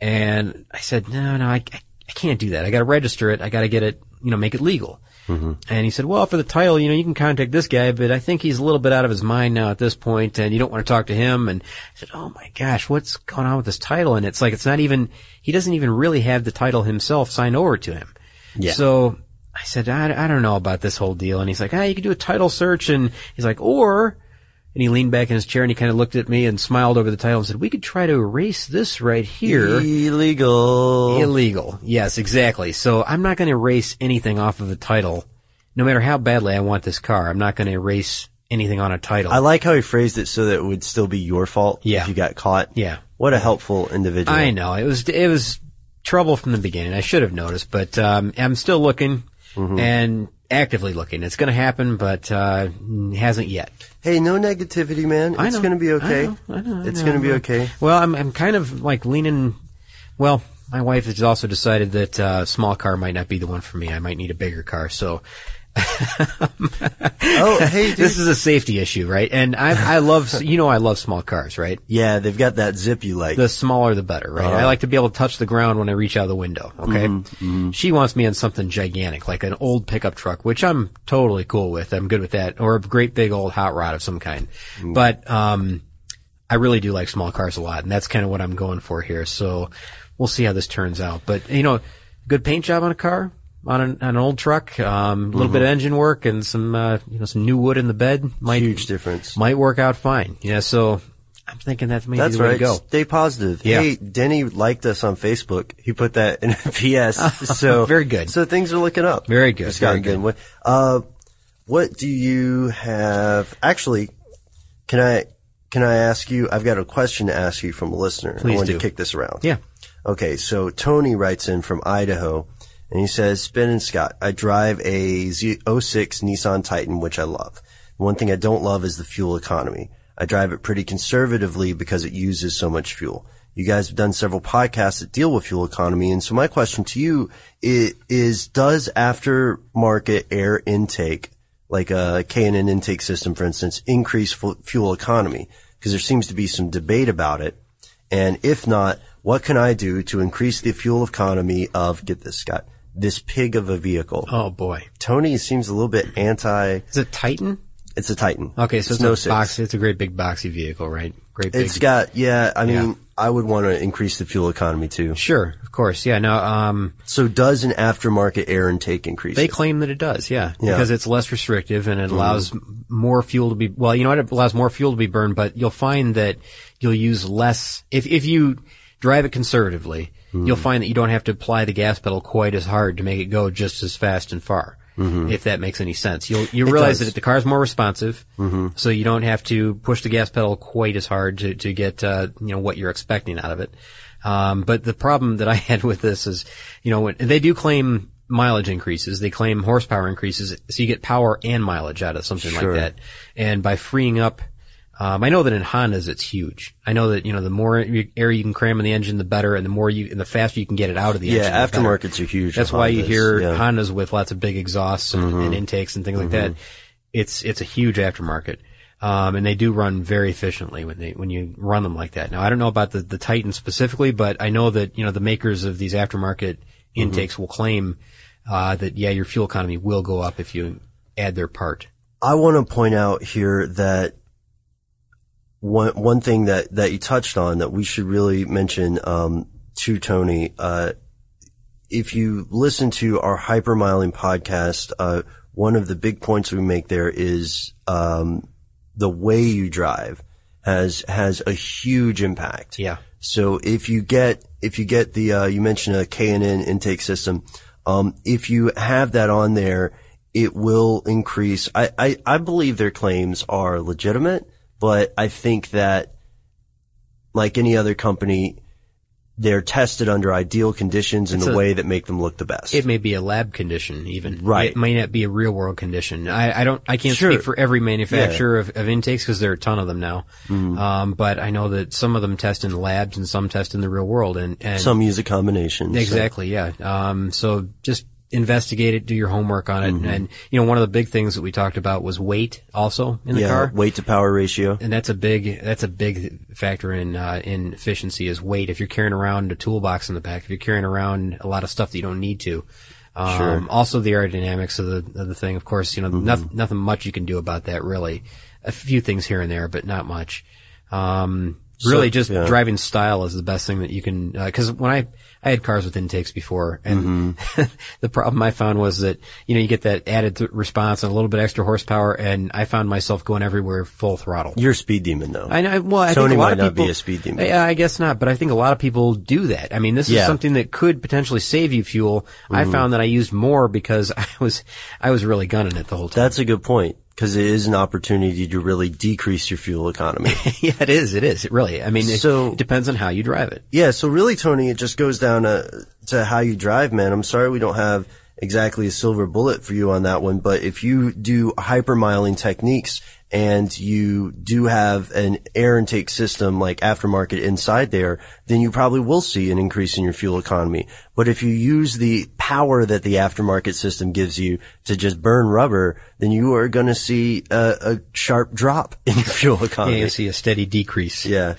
Speaker 3: And I said, no, no, I, I I can't do that. I got to register it. I got to get it, you know, make it legal. And he said, well, for the title, you know, you can contact this guy, but I think he's a little bit out of his mind now at this point, and you don't want to talk to him. And I said, oh my gosh, what's going on with this title? And it's like, it's not even, he doesn't even really have the title himself signed over to him. Yeah. So I said, I, I don't know about this whole deal. And he's like, ah, you can do a title search. And he's like, or, and he leaned back in his chair and he kind of looked at me and smiled over the title and said, we could try to erase this right here.
Speaker 4: Illegal.
Speaker 3: Illegal. Yes, exactly. So I'm not going to erase anything off of the title, no matter how badly I want this car. I'm not going to erase anything on a title.
Speaker 4: I like how he phrased it so that it would still be your fault
Speaker 3: Yeah.
Speaker 4: if you got caught.
Speaker 3: Yeah.
Speaker 4: What a helpful individual.
Speaker 3: I know it was it was trouble from the beginning. I should have noticed, but um, I'm still looking
Speaker 4: Mm-hmm.
Speaker 3: and actively looking. It's going to happen, but uh, hasn't yet.
Speaker 4: Hey, no negativity, man.
Speaker 3: I
Speaker 4: it's
Speaker 3: know.
Speaker 4: going to be okay.
Speaker 3: I know, I know, I
Speaker 4: it's
Speaker 3: know,
Speaker 4: going
Speaker 3: I
Speaker 4: to be
Speaker 3: know.
Speaker 4: okay.
Speaker 3: Well, I'm I'm kind of like leaning. Well, my wife has also decided that uh, small car might not be the one for me. I might need a bigger car. So
Speaker 4: Oh, hey, dude.
Speaker 3: this is a safety issue, right? And I, I love, you know, I love small cars, right?
Speaker 4: yeah, they've got that zip you like.
Speaker 3: The smaller, the better, right? I like to be able to touch the ground when I reach out of the window. Okay. She wants me in something gigantic, like an old pickup truck, which I'm totally cool with. I'm good with that, or a great big old hot rod of some kind. But um, I really do like small cars a lot, and that's kind of what I'm going for here. So we'll see how this turns out. But you know, good paint job on a car, on an, on an old truck, um, a little bit of engine work and some uh, you know some new wood in the bed might
Speaker 4: Huge difference.
Speaker 3: might work out fine. Yeah, so I'm thinking that may
Speaker 4: That's
Speaker 3: be the way
Speaker 4: right.
Speaker 3: to go.
Speaker 4: Stay positive.
Speaker 3: Yeah.
Speaker 4: Hey, Denny liked us on Facebook. He put that in a PS. So
Speaker 3: Very good.
Speaker 4: So things are looking up.
Speaker 3: Very good,
Speaker 4: It's gotten
Speaker 3: very good.
Speaker 4: What, uh, what do you have? Actually, can I can I ask you? I've got a question to ask you from a listener.
Speaker 3: Please
Speaker 4: I wanted
Speaker 3: do.
Speaker 4: to kick this around.
Speaker 3: Yeah.
Speaker 4: Okay, so Tony writes in from Idaho, and he says, "Ben and Scott, I drive a Z- 06 Nissan Titan, which I love. One thing I don't love is the fuel economy. I drive it pretty conservatively because it uses so much fuel. You guys have done several podcasts that deal with fuel economy, and so my question to you is, is does aftermarket air intake, like a K&N intake system, for instance, increase fu- fuel economy? Because there seems to be some debate about it." And if not, what can I do to increase the fuel economy of, get this, Scott, this pig of a vehicle?
Speaker 3: Oh boy,
Speaker 4: Tony seems a little bit anti,
Speaker 3: is it Titan?
Speaker 4: it's a Titan.
Speaker 3: Okay, so it's,
Speaker 4: no
Speaker 3: a
Speaker 4: six.
Speaker 3: box. It's a great big boxy vehicle, right? Great big.
Speaker 4: It's got, yeah, I mean,
Speaker 3: Yeah.
Speaker 4: I would want to increase the fuel economy too.
Speaker 3: sure, of course. Yeah. Now, um,
Speaker 4: So does an aftermarket air intake increase?
Speaker 3: They
Speaker 4: it?
Speaker 3: claim that it does, yeah,
Speaker 4: Yeah. Mm-hmm.
Speaker 3: because it's less restrictive and it allows m more fuel to be. Well, you know what? It allows more fuel to be burned, but you'll find that you'll use less if if you drive it conservatively.
Speaker 4: Mm-hmm.
Speaker 3: You'll find that you don't have to apply the gas pedal quite as hard to make it go just as fast and far. If that makes any sense, you'll you
Speaker 4: Mm-hmm. It
Speaker 3: realize
Speaker 4: does.
Speaker 3: that the car's more responsive,
Speaker 4: Mm-hmm.
Speaker 3: so you don't have to push the gas pedal quite as hard to to get uh, you know what you're expecting out of it. Um, but the problem that I had with this is, you know, when, and they do claim mileage increases, they claim horsepower increases, so you get power and mileage out of something like that. And by freeing up, um, I know that in Hondas it's huge. I know that you know the more you- air you can cram in the engine, the better, and the more you and the faster you can get it out of the engine.
Speaker 4: yeah,
Speaker 3: the better.
Speaker 4: aftermarkets are huge.
Speaker 3: That's
Speaker 4: on
Speaker 3: why you
Speaker 4: Hondas,
Speaker 3: hear
Speaker 4: yeah. Mm-hmm.
Speaker 3: Hondas with lots of big exhausts and, and intakes and things like that. It's it's a huge aftermarket, um, and they do run very efficiently when they when you run them like that. Now I don't know about the the Titan specifically, but I know that you know the makers of these aftermarket
Speaker 4: Mm-hmm.
Speaker 3: intakes will claim uh, that yeah, your fuel economy will go up if you add their part.
Speaker 4: I want to point out here that one one thing that that you touched on that we should really mention um, to Tony. Uh, if you listen to our hypermiling podcast, uh, one of the big points we make there is um, the way you drive has has a huge impact.
Speaker 3: Yeah.
Speaker 4: So if you get if you get the uh, you mentioned a K and N intake system, um, if you have that on there, it will increase. I, I I believe their claims are legitimate, but I think that like any other company, they're tested under ideal conditions in
Speaker 3: It's
Speaker 4: a,
Speaker 3: a-
Speaker 4: way that make them look the best.
Speaker 3: It may be a lab condition, even.
Speaker 4: Right.
Speaker 3: It may not be a real world condition. I, I don't. I can't
Speaker 4: Sure.
Speaker 3: speak for every manufacturer of, of intakes because there are a ton of them now.
Speaker 4: Mm-hmm.
Speaker 3: Um, but I know that some of them test in labs and some test in the real world. And, and
Speaker 4: Some use a combination. so-
Speaker 3: Exactly. Yeah. Um, so just investigate it, do your homework on it.
Speaker 4: Mm-hmm.
Speaker 3: And, you know, one of the big things that we talked about was weight also in the
Speaker 4: yeah,
Speaker 3: car.
Speaker 4: weight to power ratio.
Speaker 3: And that's a big, that's a big factor in, uh, in efficiency is weight. If you're carrying around a toolbox in the back, if you're carrying around a lot of stuff that you don't need to. Um,
Speaker 4: Sure. Mm-hmm.
Speaker 3: also the aerodynamics of the, of the thing. Of course, you know, noth- nothing much you can do about that really. A few things here and there, but not much. Um, really just
Speaker 4: yeah.
Speaker 3: driving style is the best thing that you can, uh 'cause cause when I, I had cars with intakes before and
Speaker 4: Mm-hmm.
Speaker 3: the problem I found was that, you know, you get that added th- response and a little bit extra horsepower and I found myself going everywhere full throttle.
Speaker 4: You're a speed demon though.
Speaker 3: I know. Well, I
Speaker 4: Tony
Speaker 3: think a lot
Speaker 4: might
Speaker 3: of
Speaker 4: not be
Speaker 3: people,
Speaker 4: a speed demon.
Speaker 3: Yeah, I guess not. But I think a lot of people do that. I mean, this
Speaker 4: Yeah.
Speaker 3: is something that could potentially save you fuel. I found that I used more because I was I was really gunning it the whole time.
Speaker 4: That's a good point because it is an opportunity to really decrease your fuel economy.
Speaker 3: yeah, it is. It is. It really. I mean, it,
Speaker 4: So-
Speaker 3: it depends on how you drive it.
Speaker 4: yeah, so really, Tony, it just goes down to, to how you drive, man. I'm sorry we don't have exactly a silver bullet for you on that one, but if you do hypermiling techniques and you do have an air intake system like aftermarket inside there, then you probably will see an increase in your fuel economy. But if you use the power that the aftermarket system gives you to just burn rubber, then you are going to see a, a sharp drop in your fuel
Speaker 3: Yeah,
Speaker 4: economy.
Speaker 3: you see a steady decrease.
Speaker 4: Yeah.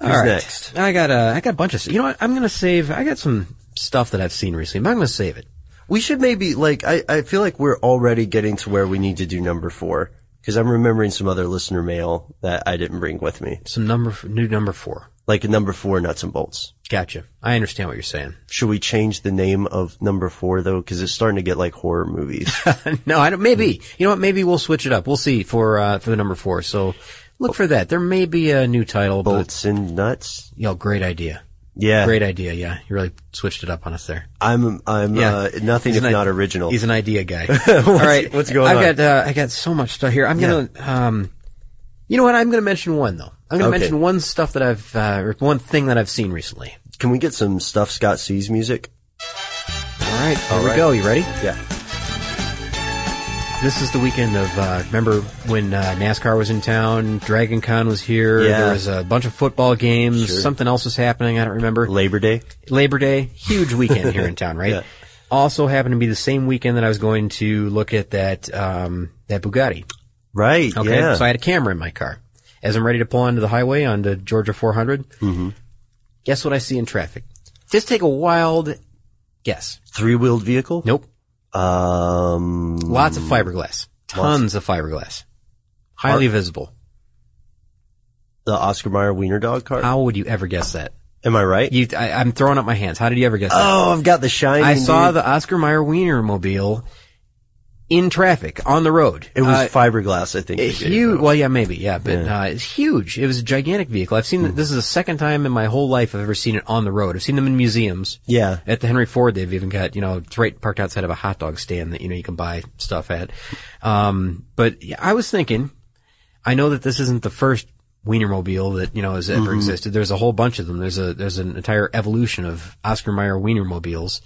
Speaker 4: Who's
Speaker 3: All right.
Speaker 4: next?
Speaker 3: I got a I got a bunch of. You know what? I'm gonna save. I got some stuff that I've seen recently. but I'm gonna save it.
Speaker 4: We should maybe like I, I feel like we're already getting to where we need to do number four because I'm remembering some other listener mail that I didn't bring with me.
Speaker 3: Some number f- new number four.
Speaker 4: like number four nuts and bolts.
Speaker 3: Gotcha. I understand what you're saying.
Speaker 4: Should we change the name of number four though? Cause it's starting to get like horror movies.
Speaker 3: no, I don't. Maybe you know what? Maybe we'll switch it up. We'll see for uh, for the number four. So look for that. There may be a new title. But,
Speaker 4: bolts and nuts.
Speaker 3: you know, great idea.
Speaker 4: Yeah.
Speaker 3: Great idea. Yeah, you really switched it up on us there.
Speaker 4: I'm, I'm,
Speaker 3: Yeah.
Speaker 4: uh, nothing
Speaker 3: He's
Speaker 4: if
Speaker 3: an
Speaker 4: not
Speaker 3: i-
Speaker 4: original.
Speaker 3: He's an idea guy. All right,
Speaker 4: what's going
Speaker 3: I've
Speaker 4: on?
Speaker 3: got uh, I got so much stuff here. I'm gonna um, you know what? I'm gonna mention one though. I'm gonna
Speaker 4: Okay.
Speaker 3: mention one stuff that I've uh, or one thing that I've seen recently.
Speaker 4: Can we get some stuff Scott sees music?
Speaker 3: All right, here we
Speaker 4: right.
Speaker 3: go. You ready?
Speaker 4: Yeah.
Speaker 3: This is the weekend of. Uh, remember when uh, NASCAR was in town? Dragon Con was here.
Speaker 4: Yeah.
Speaker 3: There was a bunch of football games.
Speaker 4: Sure.
Speaker 3: Something else was happening. I don't remember.
Speaker 4: Labor Day.
Speaker 3: Labor Day, huge weekend here in town, right?
Speaker 4: Yeah.
Speaker 3: Also happened to be the same weekend that I was going to look at that um, that Bugatti.
Speaker 4: Right.
Speaker 3: Okay.
Speaker 4: Yeah.
Speaker 3: So I had a camera in my car. As I'm ready to pull onto the highway onto Georgia 400,
Speaker 4: Mm-hmm.
Speaker 3: guess what I see in traffic? Just take a wild guess.
Speaker 4: Three wheeled vehicle.
Speaker 3: Nope.
Speaker 4: Um,
Speaker 3: Lots of fiberglass. Tons of fiberglass. Highly visible.
Speaker 4: the Oscar Mayer Wiener Dog car.
Speaker 3: How would you ever guess that?
Speaker 4: Am I right?
Speaker 3: You, I, I'm throwing up my hands. How did you ever guess that?
Speaker 4: oh, I've got the shiny.
Speaker 3: I saw
Speaker 4: dude.
Speaker 3: the Oscar Mayer Wiener mobile in traffic on the road.
Speaker 4: It was
Speaker 3: Uh,
Speaker 4: fiberglass, I think.
Speaker 3: It
Speaker 4: they gave
Speaker 3: huge.
Speaker 4: it.
Speaker 3: Well, yeah, maybe, yeah, but Uh, it's huge. It was a gigantic vehicle. I've
Speaker 4: Hmm.
Speaker 3: seen this is the second time in my whole life I've ever seen it on the road. I've seen them in museums.
Speaker 4: Yeah.
Speaker 3: At the Henry Ford, they've even got you know it's right parked outside of a hot dog stand that you know you can buy stuff at. Um, but yeah, I was thinking, I know that this isn't the first Wienermobile that you know has ever
Speaker 4: Mm-hmm.
Speaker 3: existed. There's a whole bunch of them. There's a there's an entire evolution of Oscar Mayer Wienermobiles.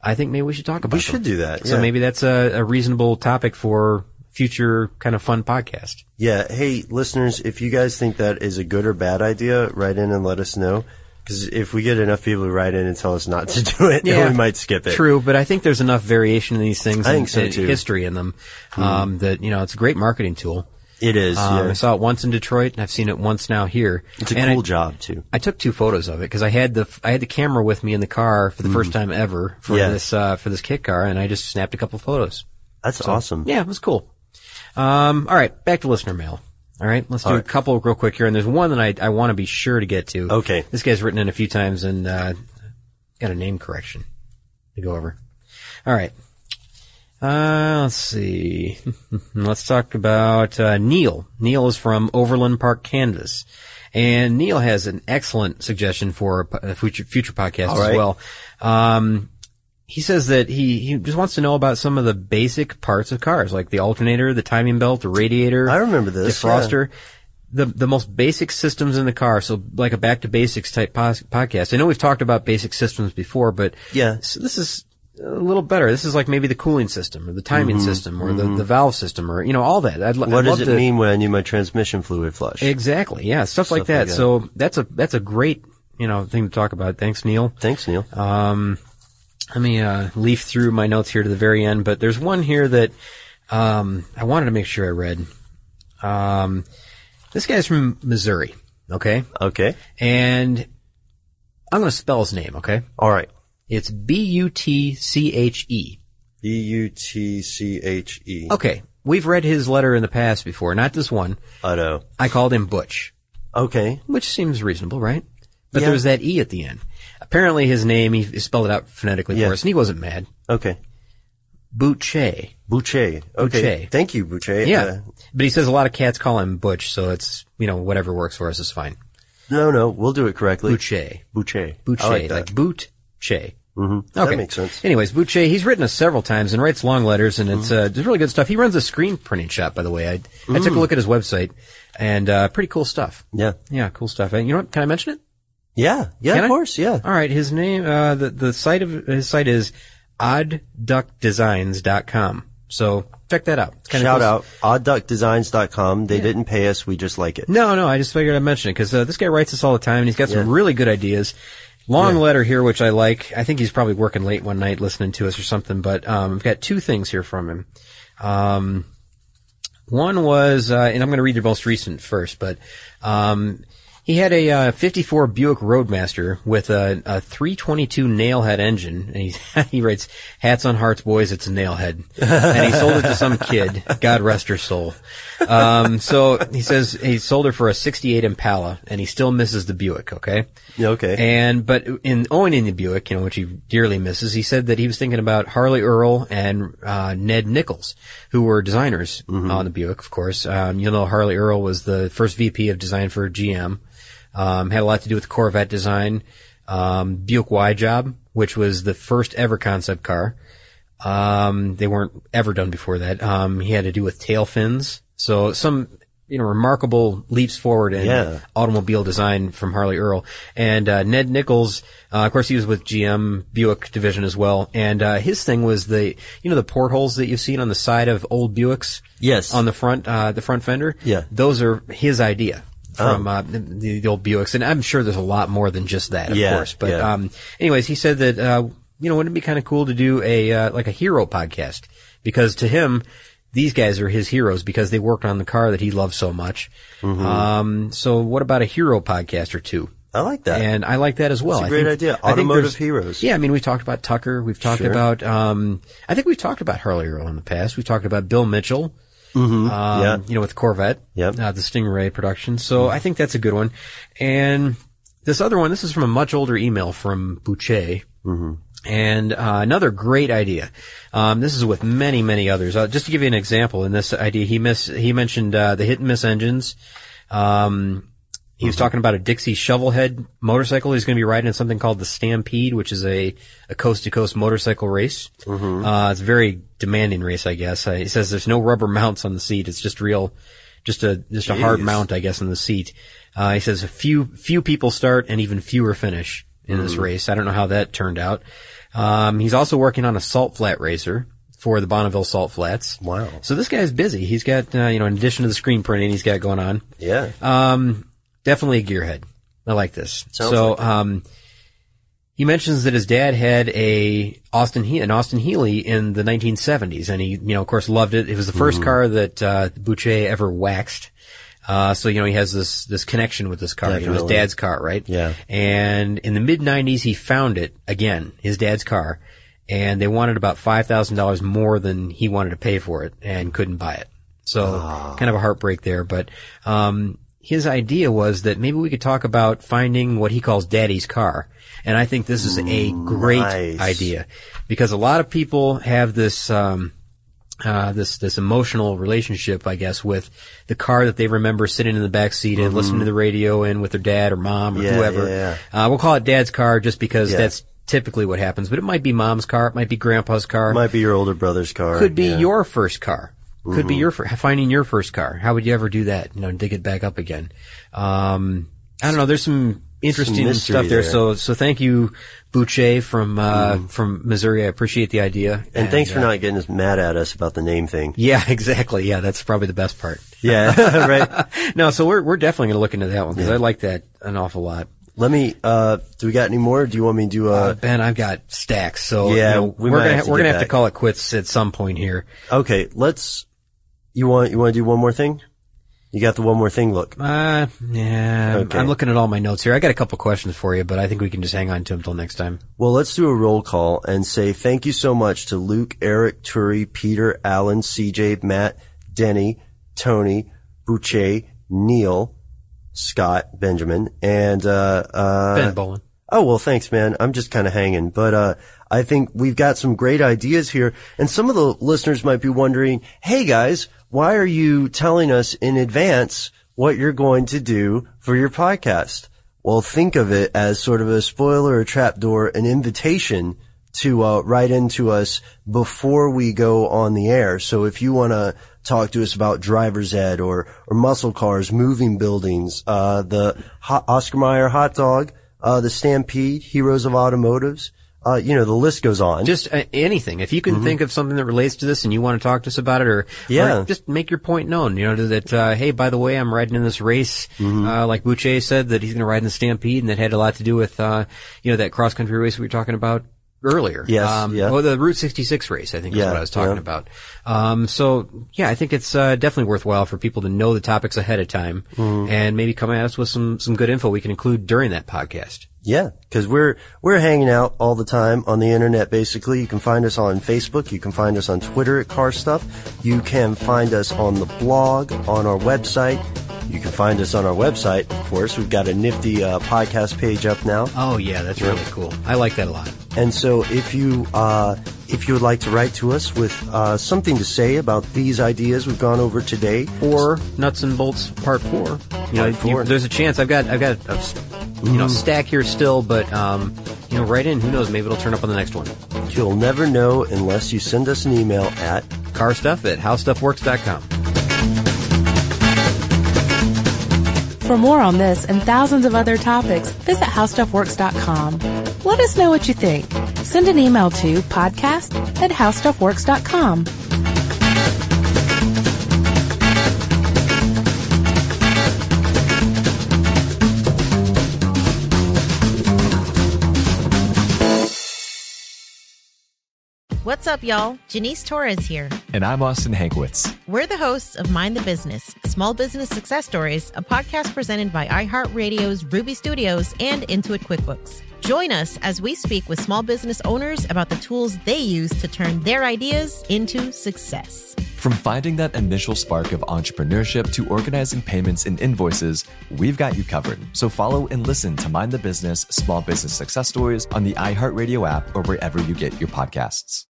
Speaker 3: I think maybe we should talk about.
Speaker 4: We should
Speaker 3: them.
Speaker 4: do that,
Speaker 3: So
Speaker 4: yeah.
Speaker 3: maybe that's a, a reasonable topic for future kind of fun podcast.
Speaker 4: Yeah. Hey, listeners, if you guys think that is a good or bad idea, write in and let us know. Because if we get enough people to write in and tell us not to do it, then we might skip it.
Speaker 3: True, but I think there's enough variation in these things.
Speaker 4: I
Speaker 3: and-
Speaker 4: think so,
Speaker 3: and
Speaker 4: too. Hmm.
Speaker 3: History in them um, that you know it's a great marketing tool.
Speaker 4: It is.
Speaker 3: Um,
Speaker 4: yeah.
Speaker 3: I saw it once in Detroit, and I've seen it once now here.
Speaker 4: It's a
Speaker 3: And
Speaker 4: cool
Speaker 3: I,
Speaker 4: job too.
Speaker 3: I took two photos of it because I had the I had the camera with me in the car for the
Speaker 4: Mm.
Speaker 3: first time ever for
Speaker 4: Yeah.
Speaker 3: this uh, for this kit car, and I just snapped a couple photos.
Speaker 4: That's awesome.
Speaker 3: Yeah, it was cool. Um, all right, back to listener mail. All right, let's do a couple real quick here, and there's one that I I want to be sure to get to.
Speaker 4: Okay.
Speaker 3: this guy's written in a few times and uh, got a name correction to go over. All right. Uh, let's see. let's talk about uh, Neil. Neil is from Overland Park, Kansas, and Neil has an excellent suggestion for a po- a future future podcast
Speaker 4: right.
Speaker 3: as well. Um, he says that he, he just wants to know about some of the basic parts of cars, like the alternator, the timing belt, the radiator.
Speaker 4: I remember this,
Speaker 3: Defroster. The, the most basic systems in the car, so like a back to basics type pos- podcast. I know we've talked about basic systems before, but
Speaker 4: Yeah.
Speaker 3: s- this is a little better. This is like maybe the cooling system or the timing system or the, the valve system or, you know, all that. I'd, lo-
Speaker 4: Mm-hmm. What
Speaker 3: I'd
Speaker 4: does
Speaker 3: love
Speaker 4: it
Speaker 3: to,
Speaker 4: mean when I need my transmission fluid flush?
Speaker 3: Exactly. Yeah. Stuff, like
Speaker 4: Stuff
Speaker 3: that.
Speaker 4: like that.
Speaker 3: So that's a, that's a great, you know, thing to talk about. Thanks, Neil.
Speaker 4: Thanks, Neil.
Speaker 3: Um, let me uh, leaf through my notes here to the very end, but there's one here that um, I wanted to make sure I read. Um, this guy's from Missouri, okay?
Speaker 4: okay.
Speaker 3: And I'm going to spell his name, okay?
Speaker 4: All right.
Speaker 3: It's B U T C H E.
Speaker 4: E U T C H E.
Speaker 3: Okay, we've read his letter in the past before, not this one.
Speaker 4: Utto.
Speaker 3: I called him Butch.
Speaker 4: Okay.
Speaker 3: which seems reasonable, right? But
Speaker 4: Yeah.
Speaker 3: there was that E at the end. Apparently, his name he he spelled it out phonetically
Speaker 4: Yeah.
Speaker 3: for us, and he wasn't mad.
Speaker 4: Okay.
Speaker 3: Boucher,
Speaker 4: Boucher. Okay.
Speaker 3: Boucher.
Speaker 4: Thank you, Boucher.
Speaker 3: yeah,
Speaker 4: Uh,
Speaker 3: but he says a lot of cats call him Butch, so it's you know whatever works for us is fine.
Speaker 4: no, no, we'll do it correctly.
Speaker 3: Boucher,
Speaker 4: Boucher.
Speaker 3: Boucher,
Speaker 4: I like
Speaker 3: like,
Speaker 4: that.
Speaker 3: boot. Che.
Speaker 4: mm-hmm.
Speaker 3: Okay.
Speaker 4: That makes sense. Mm-hmm.
Speaker 3: Anyways, Boucher, he's written us several times and writes long letters, and it's, uh, it's really good stuff. He runs a screen printing shop, by the way. I, I
Speaker 4: Mm.
Speaker 3: took a look at his website, and uh, pretty cool stuff.
Speaker 4: Yeah.
Speaker 3: Yeah, cool stuff. And you know what? Can I mention it?
Speaker 4: Yeah. Yeah,
Speaker 3: Can
Speaker 4: of
Speaker 3: I?
Speaker 4: course. Yeah.
Speaker 3: All right. His name, uh, the, the site of his site is oddduckdesigns.com. So check that out. It's kinda
Speaker 4: Shout
Speaker 3: cool.
Speaker 4: out oddduckdesigns.com. They didn't pay us. We just like it.
Speaker 3: No, no, I just figured I'd mention it because uh, this guy writes us all the time and he's got some
Speaker 4: Yeah.
Speaker 3: really good ideas. Long letter here, which I like. I think he's probably working late one night listening to us or something, but, um, I've got two things here from him. Um, one was, uh, and I'm going to read your most recent first, but, um, He had a uh, 54 Buick Roadmaster with a, a 322 nailhead engine, and he he writes, "Hats on hearts, boys, it's a nailhead." and he sold it to some kid. God rest her soul. Um, so he says he sold her for a 68 Impala, and he still misses the Buick. Okay.
Speaker 4: Yeah, okay.
Speaker 3: And but in owning the Buick, you know, which he dearly misses, he said that he was thinking about Harley Earl and uh, Ned Nichols, who were designers
Speaker 4: Mm-hmm.
Speaker 3: on the Buick, of course. Um, you know, Harley Earl was the first VP of design for GM. Um, had a lot to do with Corvette design. Um, Buick Y Job, which was the first ever concept car. Um, they weren't ever done before that. Um, he had to do with tail fins. So some, you know, remarkable leaps forward in
Speaker 4: Yeah.
Speaker 3: automobile design from Harley Earl. And, uh, Ned Nichols, uh, of course he was with GM Buick division as well. And, uh, his thing was the, you know, the portholes that you've seen on the side of old Buicks.
Speaker 4: Yes.
Speaker 3: On the front, uh, the front fender.
Speaker 4: Yeah. Oh.
Speaker 3: Those are his idea. From uh, the, the old Buicks, and I'm sure there's a lot more than just that, of
Speaker 4: Yeah,
Speaker 3: course. But
Speaker 4: yeah.
Speaker 3: um, anyways, he said that uh, you know wouldn't it be kind of cool to do a uh, like a hero podcast because to him these guys are his heroes because they worked on the car that he loves so much.
Speaker 4: Mm-hmm.
Speaker 3: Um, so what about a hero podcast or two?
Speaker 4: I like that.
Speaker 3: And I like that as well.
Speaker 4: Uh, It's
Speaker 3: I
Speaker 4: a great
Speaker 3: think-
Speaker 4: idea.
Speaker 3: I think
Speaker 4: Automotive
Speaker 3: there's-
Speaker 4: heroes.
Speaker 3: Yeah, I mean, we've talked about Tucker. We've talked about. Um, I think we've talked about Harley Earl in the past. We've talked about Bill Mitchell. Um,
Speaker 4: Yeah.
Speaker 3: You know, with Corvette.
Speaker 4: Yep.
Speaker 3: Uh, the Stingray production. So I think that's a good one. And this other one, this is from a much older email from Boucher. And uh, another great idea. Um, this is with many, many others. Uh, just to give you an example, in this idea, he miss he mentioned uh, the hit and miss engines. Um, he was talking about a Dixie shovelhead motorcycle. He's going to be riding in something called the Stampede, which is a a coast to coast motorcycle race. Uh, it's a very demanding race, I guess. Uh, he says there's no rubber mounts on the seat. It's just real, just a just a hard mount, I guess, on the seat. Uh, he says a few few people start and even fewer finish in this race. I don't know how that turned out. Um, he's also working on a salt flat racer for the Bonneville Salt Flats.
Speaker 4: Wow.
Speaker 3: So this guy's busy. He's got uh, you know, in addition to the screen printing, he's got going on.
Speaker 4: yeah.
Speaker 3: Um, definitely a gearhead. I like this.
Speaker 4: Sounds
Speaker 3: so,
Speaker 4: like it.
Speaker 3: um, he mentions that his dad had a Austin he- an Austin Healey in the 1970s, and he, you know, of course, loved it. It was the 1st car that uh, Boucher ever waxed. Uh, so you know he has this this connection with this car. You know, his
Speaker 4: Definitely.
Speaker 3: dad's car, right?
Speaker 4: Yeah.
Speaker 3: And in the mid 90s, he found it again, his dad's car, and they wanted about five thousand dollars more than he wanted to pay for it, and couldn't buy it. So
Speaker 4: Ah.
Speaker 3: kind of a heartbreak there. But um, his idea was that maybe we could talk about finding what he calls daddy's car, and I think this is a great
Speaker 4: Nice.
Speaker 3: idea because a lot of people have this. Um, uh, this this emotional relationship, I guess, with the car that they remember sitting in the back seat and listening to the radio and with their dad or mom or
Speaker 4: Mm-hmm. Yeah,
Speaker 3: whoever.
Speaker 4: yeah,
Speaker 3: Uh, we'll call it dad's car just because
Speaker 4: Yeah.
Speaker 3: that's typically what happens. But it might be mom's car, it might be grandpa's car,
Speaker 4: Might be your older brother's car.
Speaker 3: could be
Speaker 4: Yeah. Mm-hmm.
Speaker 3: your first car. Could be your fir- finding your first car. How would you ever do that? You know, dig it back up again. Um, I don't know. There's some interesting
Speaker 4: mystery
Speaker 3: stuff there.
Speaker 4: there. Mm-hmm.
Speaker 3: So, so thank you, Boucher from uh, from Missouri. I appreciate the idea.
Speaker 4: And, thanks for
Speaker 3: uh,
Speaker 4: not getting us mad at us about the name thing.
Speaker 3: Yeah, exactly. Yeah, that's probably the best part.
Speaker 4: Yeah, right.
Speaker 3: No, so we're we're definitely going to look into that one because I like that an awful lot.
Speaker 4: Let me. Uh, do we got any more? Do you want me to do
Speaker 3: Uh,
Speaker 4: a?
Speaker 3: ben, I've got stacks, so you
Speaker 4: Yeah,
Speaker 3: know,
Speaker 4: we
Speaker 3: we're
Speaker 4: might
Speaker 3: gonna
Speaker 4: have to
Speaker 3: we're
Speaker 4: get
Speaker 3: gonna have to
Speaker 4: back.
Speaker 3: call it quits at some point here.
Speaker 4: Okay, let's. You want you want to do one more thing? You got the one more thing look.
Speaker 3: Uh, yeah, I'm-
Speaker 4: Okay.
Speaker 3: I'm looking at all my notes here. I got a couple questions for you, but I think we can just hang on to them till next time.
Speaker 4: Well, let's do a roll call and say thank you so much to Luke, Eric, Turi, Peter, Alan, CJ, Matt, Denny, Tony, Boucher, Neil, Scott, Benjamin, and uh, uh,
Speaker 3: ben Bolin.
Speaker 4: Oh, well, thanks, man. I'm just kind of hanging, but, uh, I think we've got some great ideas here. And some of the listeners might be wondering, Hey guys, why are you telling us in advance what you're going to do for your podcast? Well, think of it as sort of a spoiler or trapdoor, an invitation to, uh, write into us before we go on the air. So if you want to talk to us about driver's ed or, or muscle cars, moving buildings, uh, the hot, Oscar Mayer hot dog, uh, the Stampede, Heroes of Automotives. Uh, you know, the list goes on.
Speaker 3: Just uh, anything. If you can think of something that relates to this and you want to talk to us about it, or,
Speaker 4: Mm-hmm. Yeah.
Speaker 3: or just make your point known. You know that uh, hey, by the way, I'm riding in this race.
Speaker 4: Mm-hmm.
Speaker 3: Uh, like Boucher said that he's going to ride in the Stampede, and that had a lot to do with uh, you know that cross country race we were talking about. earlier.
Speaker 4: Yes,
Speaker 3: Um,
Speaker 4: yeah.
Speaker 3: Well, the Route 66 race, I think, is
Speaker 4: Yeah,
Speaker 3: what I was talking
Speaker 4: yeah.
Speaker 3: about. Um, so yeah, I think it's uh, definitely worthwhile for people to know the topics ahead of time
Speaker 4: Mm-hmm.
Speaker 3: and maybe come at us with some some good info we can include during that podcast.
Speaker 4: Yeah, because we're we're hanging out all the time on the internet. Basically, you can find us on Facebook, you can find us on Twitter at Car Stuff, you can find us on the blog, on our website. You can find us on our website, of course. We've got a nifty uh, podcast page up now.
Speaker 3: Oh yeah, that's really cool. I like that a lot.
Speaker 4: And so if you uh, if you would like to write to us with uh, something to say about these ideas we've gone over today,
Speaker 3: Or nuts and bolts part four. You know,
Speaker 4: Part four. Mm-hmm.
Speaker 3: you- there's a chance I've got I've got a s- you know stack here still, but um, you know, right in. Who knows? Maybe it'll turn up on the next one.
Speaker 4: you'll never know unless you send us an email at
Speaker 3: Car stuff at howstuffworks.com.
Speaker 2: For more on this and thousands of other topics, visit howstuffworks.com. Let us know what you think. Send an email to podcast at howstuffworks.com.
Speaker 5: What's up, y'all? Janice Torres here.
Speaker 6: And I'm Austin Hankwitz.
Speaker 5: We're the hosts of Mind the Business Small Business Success Stories, a podcast presented by iHeartRadio's Ruby Studios and Intuit QuickBooks. Join us as we speak with small business owners about the tools they use to turn their ideas into success.
Speaker 6: From finding that initial spark of entrepreneurship to organizing payments and invoices, we've got you covered. So follow and listen to Mind the Business Small Business Success Stories on the iHeartRadio app or wherever you get your podcasts.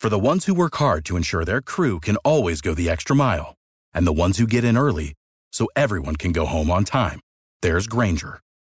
Speaker 1: For the ones who work hard to ensure their crew can always go the extra mile, and the ones who get in early so everyone can go home on time, there's Granger,